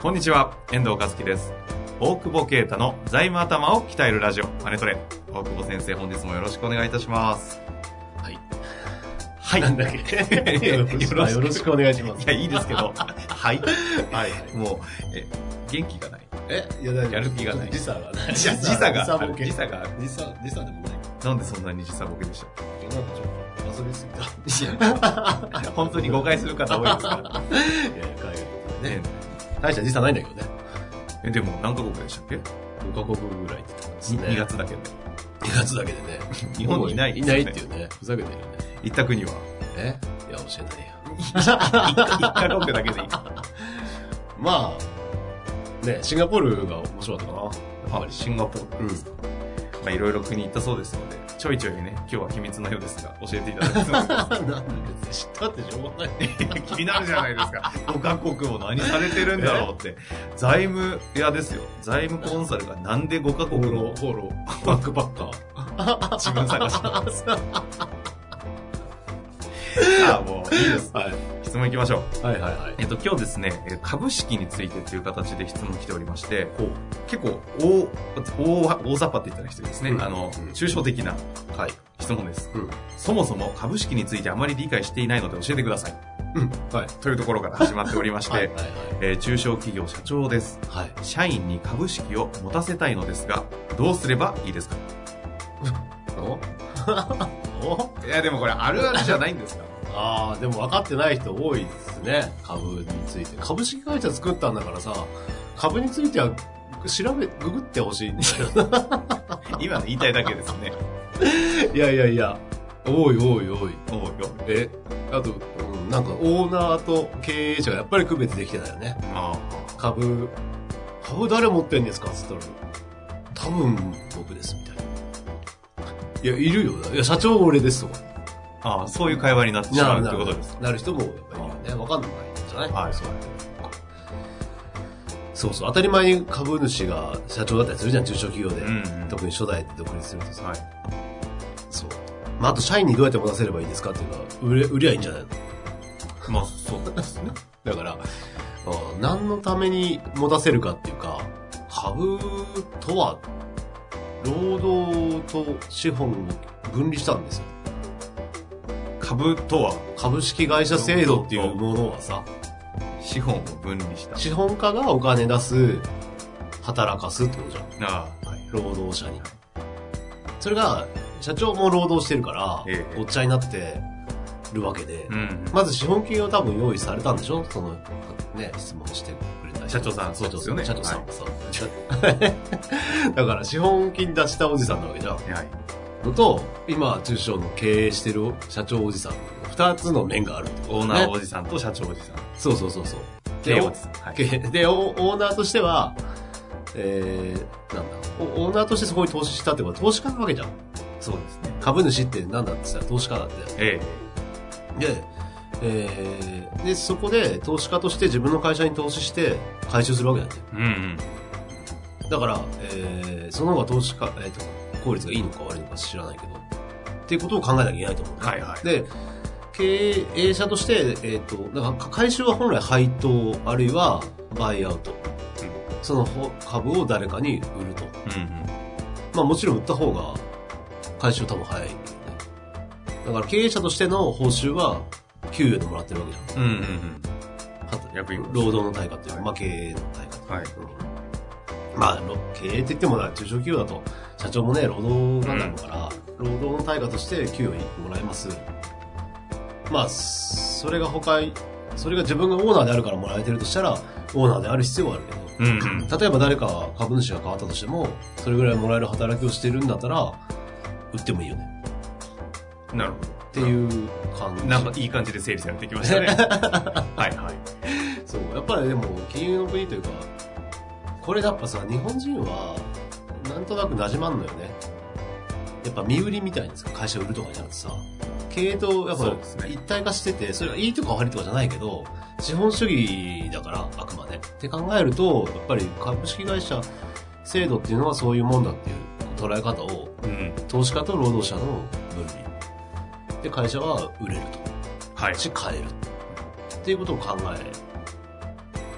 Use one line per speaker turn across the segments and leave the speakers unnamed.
こんにちは、遠藤和樹です。大久保啓太の財務頭を鍛えるラジオ、マネトレ。大久保先生、本日もよろしくお願いいたします。
はい。
はい。
なんだっけ
よ
よ
ろしく
ろしくお願いします。
いや、いいですけど。はい。
はい。
もう、え、元気がない。
え、いや、大丈夫
やる気がない
時差がない。
時差がある。時
時差
差がある。
時差、時差でもない
なんでそんなに時差ボケでした
けど、なんかちょっと遊びすぎた。
いや本当に誤解する方多いですか。
いやいや、海外とから
ね
ね。大した時差ないんだけどね。
え、でも何カ国でしたっけ
5カ国ぐらいって言ってたんですね。
?2 月だけで。
2月だけでね。
日本にいない
いないっていうね。ふざけてるよね。
行った国は
えいや、教えないよ。
?1 カ国だけでいい。
まあ、ね、シンガポールが面白かったかな。やっぱり
シンガポール。
うん。
まあ、いろいろ国行ったそうですので、ちょいちょいね、今日は秘密のようですが、教えていただけますか
なんで別に知ったってしょうがない。
気になるじゃないですか。5カ国を何されてるんだろうって。財務屋ですよ。財務コンサルがなんで5カ
ホ
国
ロ、
の
ホロ、バックバッカー。
自分探し なのああ、もういいです。
はい。
質問行きましょう。
はいはいはい。
えっと、今日ですね、えー株式についてという形で質問来ておりまして、結構大、大、大雑把って言ったら失礼ですね。
うん
あの
うん、
抽象的な
はい。
質問です。
うん
そもそも株式についてあまり理解していないので教えてください。
うん。はい。
というところから始まっておりまして、
はいはい
えー中小企業社長です。
はい。
社員に株式を持たせたいのですが、どうすればいいですか
おお
いや、でもこれあるあるじゃないんですか
ああ、でも分かってない人多いですね。株について。株式会社作ったんだからさ、株については調べ、ググってほしいんだよ
今の言いたいだけですね。
な。いやいやいや。おいおいおい。
おうよ。
え、あと、うん、なんかオーナーと経営者がやっぱり区別できてないよね。
あ
株、株誰持ってんですかっつったら、多分僕です、みたいな。いや、いるよな。いや、社長俺ですとか。
あああ、そういう会話になってしまうってことです。
なる人もやっぱりいるよね。わかんないじゃない
はい
そうそうそう。当たり前に株主が社長だったりするじゃん、中小企業で。
うんうん
特に初代で独立するとさ。
はい。
そう。まあ、あと社員にどうやって持たせればいいですかっていうのは、売れ、売りゃいいんじゃないの
まあ、そうですね。
だから、うん何のために持たせるかっていうか、株とは、労働と資本を分離したんですよ。
株とは
株式会社制度っていうものはさ、
資本を分離した。
資本家がお金出す、働かすってことじゃん。
ああ、
労働者に。それが、社長も労働してるから
え、え
ごっちゃになってるわけで
う、ん。
まず資本金を多分用意されたんでしょその、ね、質問してくれた人
社長さんそうで
社長
す
さ
よね
ん、社長さんもさ。 だから資本金出したおじさんなわけじゃん。
はい。
のと、今、中小の経営してる社長おじさん。二つの面があるってこと
オー
ね
ナーおじさんと社長おじさん。
そうそうそうそう。
経営
で、
おじさん。はい。
おでおオーナーとしては、えー、なんだお、オーナーとしてそこに投資したってことは投資家なわけじゃん。
そうですね。
株主ってなんだってさ、投資家だって。
え
で、えーで、そこで投資家として自分の会社に投資して回収するわけなんだよ。
え。うんうん。
だから、えーその方が投資家、えーと、効率がいいのか悪いのか知らないけど、っていうことを考えなきゃいけないと思う、
はいはい
で、経営者として、えっ、と、なんか回収は本来配当、あるいはバイアウト。そのほ株を誰かに売ると。
うん
まあもちろん売った方が回収多分早いけどね。だから経営者としての報酬は給与でもらってるわけじゃん。
うん。うんうん役員
労働の対価っていう
は
か、
い
まあ経営の対
うん。はい。
価。うんまあ、ろ経営って言ってもな、中小企業だと、社長もね、労働なんだろうから、労働の対価として給与もらえます。まあ、それが他に、それが自分がオーナーであるからもらえてるとしたら、オーナーである必要はあるけど、
うんうん。
例えば誰か株主が変わったとしても、それぐらいもらえる働きをしてるんだったら、売ってもいいよね。
なるほど。っ
っていう感じ。
なんかいい感じで整理されてきました ね。はいはい。
そう、やっぱりでも、金融の国というか、これやっぱさ、日本人は、なんとなく馴染まんのよね。やっぱ身売りみたいですか、会社売るとかじゃなくてさ、経営とやっ
そうです
ぱ
ね
一体化してて、それがいいとか悪いとかじゃないけど、資本主義だから、あくまで。って考えると、やっぱり株式会社制度っていうのはそういうもんだっていう捉え方を、
うん。
投資家と労働者の分離。で、会社は売れると。
はい。
し変えるっていうことを考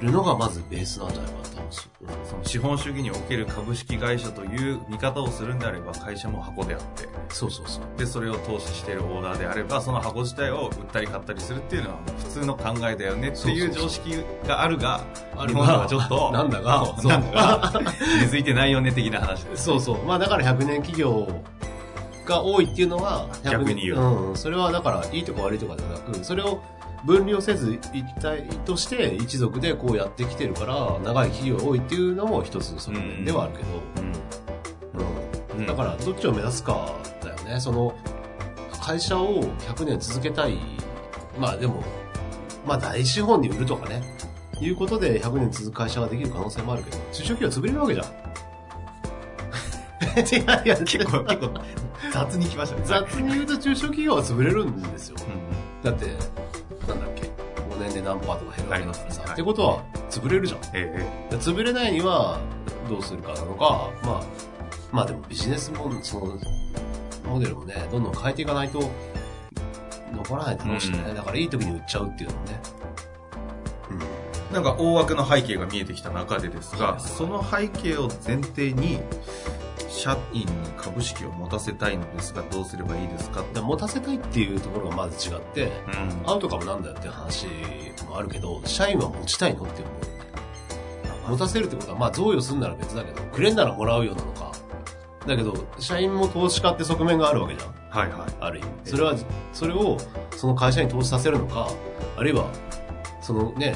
えるのがまずベースなんじゃないかなと思うし、
その資本主義における株式会社という見方をするんであれば会社も箱であって、
そうそうそう
で、それを投資しているオーダーであれば、その箱自体を売ったり買ったりするっていうのは普通の考えだよねっていう
そ
常
うそ
識があるが、
あ
日
るが
本ではちょっと、
なんだが
そうなんだが、根付いてないよね的な話です。
そうそうまあだから100年企業が多いっていうのは100年
逆に言う
うん、それはだからいいとか悪いとかじゃなくそれを分離をせず一体として一族でこうやってきてるから長い企業が多いっていうのも一つ側面ではあるけど、うん、
うん
だからどっちを目指すかだよね。その会社を100年続けたい。まあでも、まあ大資本に売るとかね。いうことで100年続く会社ができる可能性もあるけど、中小企業潰れるわけじゃん。 違ういや、
結構、結構、雑に来ましたね。
雑に言うと中小企業は潰れるんですよ。
うん
だって、なんだっけ、5年で何パーとか減るわけだからさ。
はい
ってことは、潰れるじゃん。
え
で潰れないにはどうするかなのか、まあ、まあでもビジネスモンそのモデルもね、どんどん変えていかないと残らないだろうしね、
うん
だからいい時に売っちゃうっていうのもね。
えなんか大枠の背景が見えてきた中でですが、その背景を前提に、社員に株式を持たせたいのですが、どうすればいいですか
うん、だから持たせたいっていうところがまず違って、
うん
アウトかもなんだよっていう話もあるけど、社員は持ちたいのって思う。持たせるってことは、まあ贈与するなら別だけど、くれんならもらうよなのか。だけど、社員も投資家って側面があるわけじゃん。
はいは
ある意味それはそれをその会社に投資させるのかあるいはそのね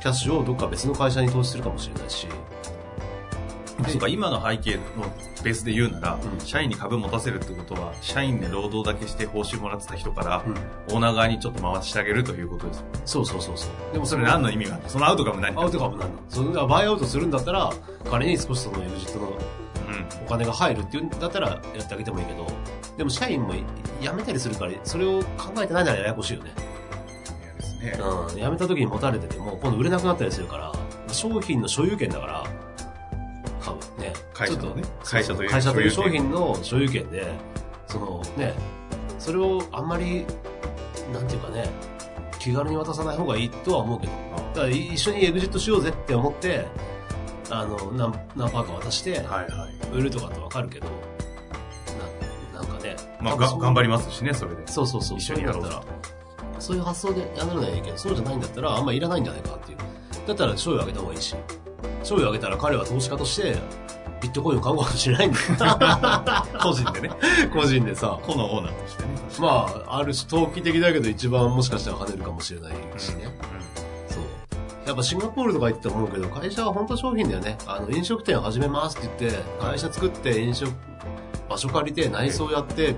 キャッシュをどっか別の会社に投資するかもしれないし
い。そうか、今の背景のベースで言うなら、
うん
社員に株持たせるってことは、社員で労働だけして報酬もらってた人から、オーナー側にちょっと回してあげるということです。
そうそうそうそうでも
それ何の意味があるのそのアウトかも何か
アウトかもなんだそれがバイアウトするんだったら彼に少しそのエグジットの
うん。
お金が入るっていうんだったらやってあげてもいいけどでも社員も辞めたりするからそれを考えてないならややこしいよね
嫌ですね。
うん、辞めた時に持たれてても、今度売れなくなったりするから、商品の所有権だから、買う。ね。
会社のね
ちょっ
会社という
会社という商
所有権
品の所有権で、そのね、それをあんまり、なんていうかね、気軽に渡さない方がいいとは思うけど、だから一緒にエグジットしようぜって思って、あの、何、何パーか渡して、
はいはい。
売るとかってわかるけど、な、なんかね。
まあ、
多
が
分そう
頑張りますしね、それで。
そうそうそう。
一緒にやろう
そういうのだったら。そういう発想でやるのはいいけど、そうじゃないんだったら、あんまいらないんじゃないかっていう。だったら、賞与あげた方がいいし。賞与あげたら彼は投資家として、ビットコインを買うかもしれないんだよ。
個人でね。
個人でさ。
個のオーナーとしてね。
まあ、ある種、投機的だけど、一番もしかしたら跳ねるかもしれないしね。そう。やっぱシンガポールとか行って思うけど、会社は本当商品だよね。あの、飲食店を始めますって言って、会社作って飲食、場所借りて、内装やって、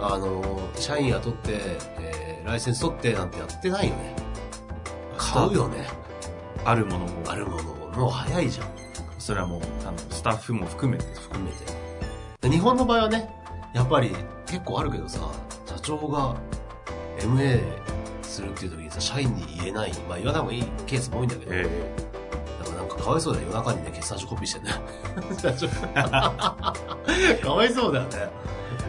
あの、社員雇って、えーライセンス取ってなんてやってないよね。買うよね。
あるものも
あるものも、もう早いじゃん。
それはもうあのスタッフも含めて
含めて。で日本の場合はね、やっぱり結構あるけどさ、社長が MA するっていう時にさ、社員に言えない、まあ言わない方がいいケースも多いんだけど、
え
だからなんかかわいそうだよ。夜中にね、決算書コピーしてね。社長 かわいそうだよね。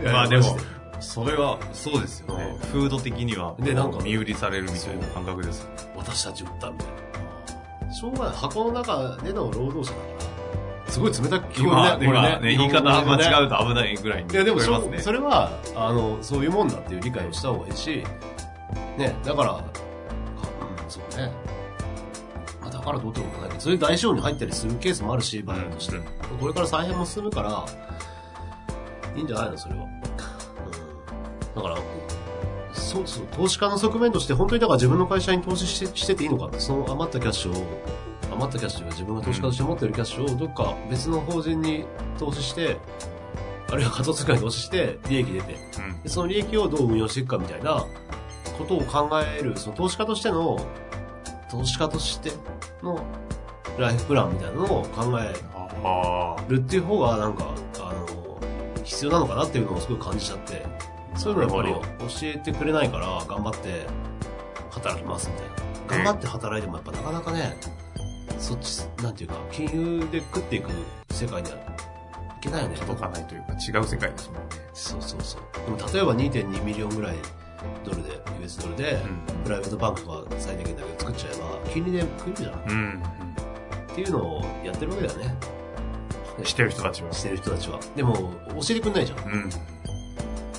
えまあでも
マジ
それはそうですよね、
う
風土的には
でなんか
身売りされるみたいな感覚ですよね
私たち売ったみたいな。しょうがない。箱の中での労働者だから。すごい冷たく聞こえ
今
るね。
ね
これ
今ね言い方
日本語でね
間違うと危ないぐらいに
いやでも
聞
し
こえま
ょ
す、ね
それは、あの、そういうもんだっていう理解をした方がいいし、ね、だから、かうん、そうね。まあ、だからどうってことないけど、そういう大商に入ったりするケースもあるし、場合として。これから再編も進むから、いいんじゃないの、それは。うん。だから、そうそう、投資家の側面として、本当にだから自分の会社に投資してしてていいのかって、その余ったキャッシュを、余ったキャッシュが自分が投資家として持ってるキャッシュを、どっか別の法人に投資して、あるいは仮想通貨に投資して利益出て、
うん
でその利益をどう運用していくかみたいなことを考える、その投資家としての、投資家としてのライフプランみたいなのを考え
あ
るっていう方が、なんか、あの、必要なのかなっていうのをすごい感じちゃって、そういうのをやっぱり教えてくれないから、頑張って働きますみたいな。頑張って働いてもやっぱなかなかね、そっち、なんていうか、金融で食っていく世界にはいけないよね。
届かないというか違う世界ですもんね、
そうそうそう。でも例えば2.2ミリオンぐらいドルで、US ドルで、プライベートバンクが最低限だけど作っちゃえば、金利で食えるじゃん。
うん、うん
っていうのをやってるわけだよね。
してる人たちは
してる人たちは。でも、教えてくんないじゃん。
うん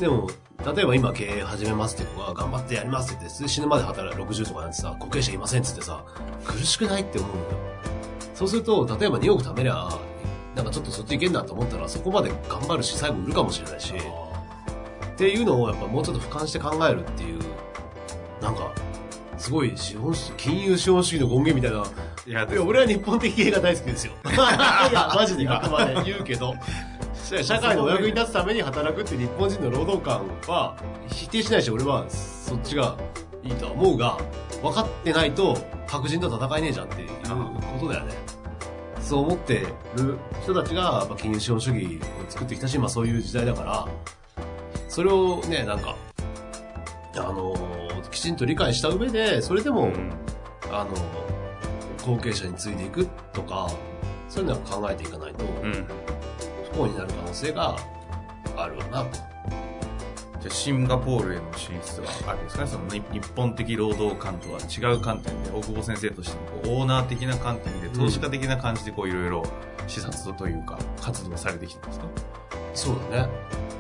でも、例えば今経営始めますって子が頑張ってやりますって言って、死ぬまで働い60とかなんてさ、後継者いませんって言ってさ、苦しくないって思うのよ。そうすると、例えば2億貯めりゃ、なんかちょっとそっちいけんなと思ったら、そこまで頑張るし、最後売るかもしれないし、っていうのをやっぱもうちょっと俯瞰して考えるっていう、なんか、すごい資本主義、金融資本主義の権限みたいな。
いや
い
で
や、
も
俺は日本的映画大好きですよ。いや、マジであくまで言うけど。社社会のお役に立つために働くって日本人の労働観は否定しないし、俺はそっちがいいとは思うが、分かってないと白人と戦えねえじゃんっていうことだよね。そう思ってる人たちが、やっぱ金融資本主義を作ってきたし、今そういう時代だから、それをね、なんか、あのーきちんと理解した上で、それでも、
うん
あの、後継者に継いでいくとか、そういうのは考えていかないと、
うんじ
不幸になる可能性があるわなと。
ゃあシンガポールへの進出はあれですかねその日日本的労働観とは違う観点で大久保先生としてもこうオーナー的な観点で投資家的な感じでこういろいろ視察というか活動されてきたんですか
そうだね。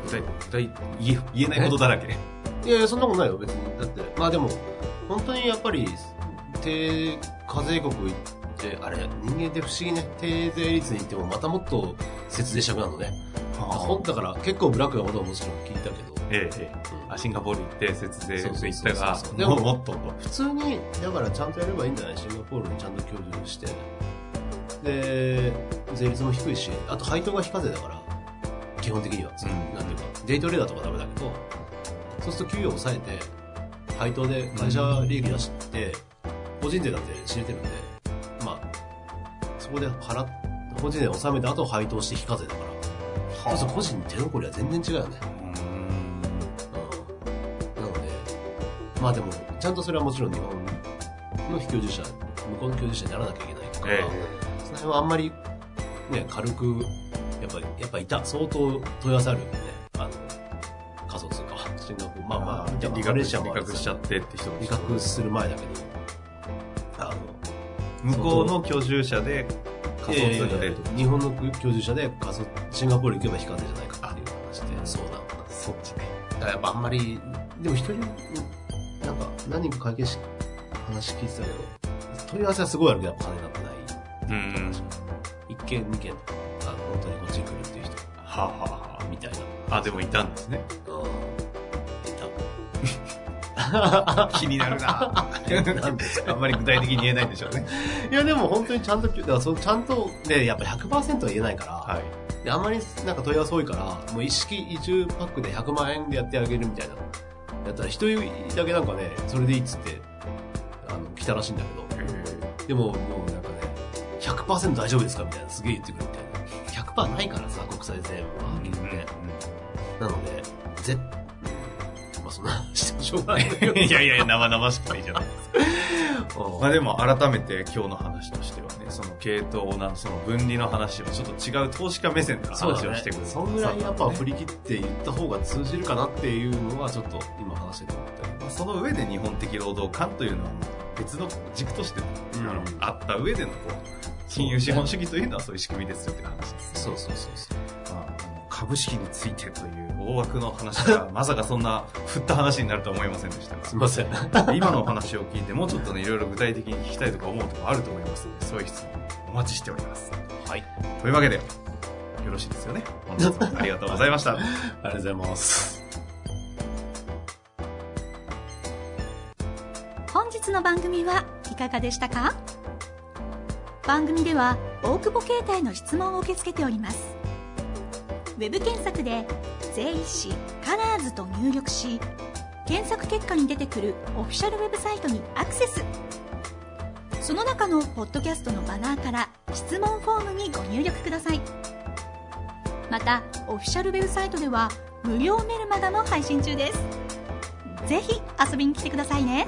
具体具体言え言えないことだらけ
いやいや、そんなことないよ、別に。だって、まあでも、本当にやっぱり、低課税国行って、あれ、人間って不思議ね、低税率に行ってもまたもっと節税したくなるのね。ほんだから結構ブラックなことはもちろん聞いたけど、
ええええ
うん
あシンガポール行って節税
そうそう
行っ
そうそう
たが
そうで
も
も
うもっと
普通にだからちゃんとやればいいんじゃないシンガポールにちゃんと居住してで税率も低いしあと配当が非課税だから基本的には、
うん
なんていうかデイトレーダーとかダメだけどそうすると給与を抑えて配当で会社利益出して、個人税だって知れてるんでまあそこで払っ個人税を納めた後配当して非課税だからそうすると個人手残りは全然違うよねうんなので、まあでも、ちゃんとそれはもちろん日本の非居住者、向こうの居住者にならなきゃいけないから、
え
その辺はあんまり、ね、軽く、やっぱり、やっぱいた、相当問い合わせあるよね。あの、仮想通貨は、シンガポール、まあまあ、
理
マレ
学
ー
し
シアもあるけど
ちゃってって人も
理覚する前だけど、あ
向こうの居住者で
の、
仮想通貨で
えー日本の居住者で仮想、シンガポール行けば非課税じゃないかっていう話で、そうなんだ。
そっちね
だからやっぱあんまり、でも一人、うんなんか何人か会見し、話聞いてたけど、問い合わせはすごいあるけど、やっぱ金になってない。
うん
一件、二件、あの、本当にこっちに来るっていう人、
はあ、はあは
みたいな。
あ、あでもいたんですね
うん。
気になるなあんまり具体的に言えないんでしょうね
いや、でも本当にちゃんと、だからそのちゃんと、ね、やっぱ100%は言えないから、
はい
であんまりなんか問い合わせ多いから、もう一式移住パックで100万円でやってあげるみたいな。やったら一人だけなんかね、それでいいっつって、あの、来たらしいんだけど、でも、もうなんかね、100%大丈夫ですかみたいな、すげえ言ってくるみたいな。100%ないからさ、国際税務は、はっきり言って。なので、ぜ、うんまあそんな話してもしょうが ないよ。
いやいやいや生々しくないじゃない
うん
まあでも改めて今日の話としてはねその系統なその分離の話はちょっと違う投資家目線で
そうだ
話を
ね
してくる、
そんぐらいやっぱ振
り
り切って言った方が通じるかなっていうのはちょっと今話してて思ったけど
その上で日本的労働観というのはもう別の軸として
うん
あのあった上でのこう金融資本主義というのはそういう仕組みですよって話ですね
そうそうそうそう。
まああの株式についてという大枠の話がまさかそんな振った話になるとは思いませんでした
すいません。
が今のお話を聞いてもうちょっとねいろいろ具体的に聞きたいとか思うとこあると思いますのでそういう質問お待ちしております
はい。
というわけでよろしいですよね本日もありがとうございました
ありがとうございます。
本日の番組はいかがでしたか番組では大久保携帯の質問を受け付けておりますウェブ検索で「税理士カラーズと入力し検索結果に出てくるオフィシャルウェブサイトにアクセスその中のポッドキャストのバナーから質問フォームにご入力くださいまたオフィシャルウェブサイトでは無料メルマガも配信中ですぜひ遊びに来てくださいね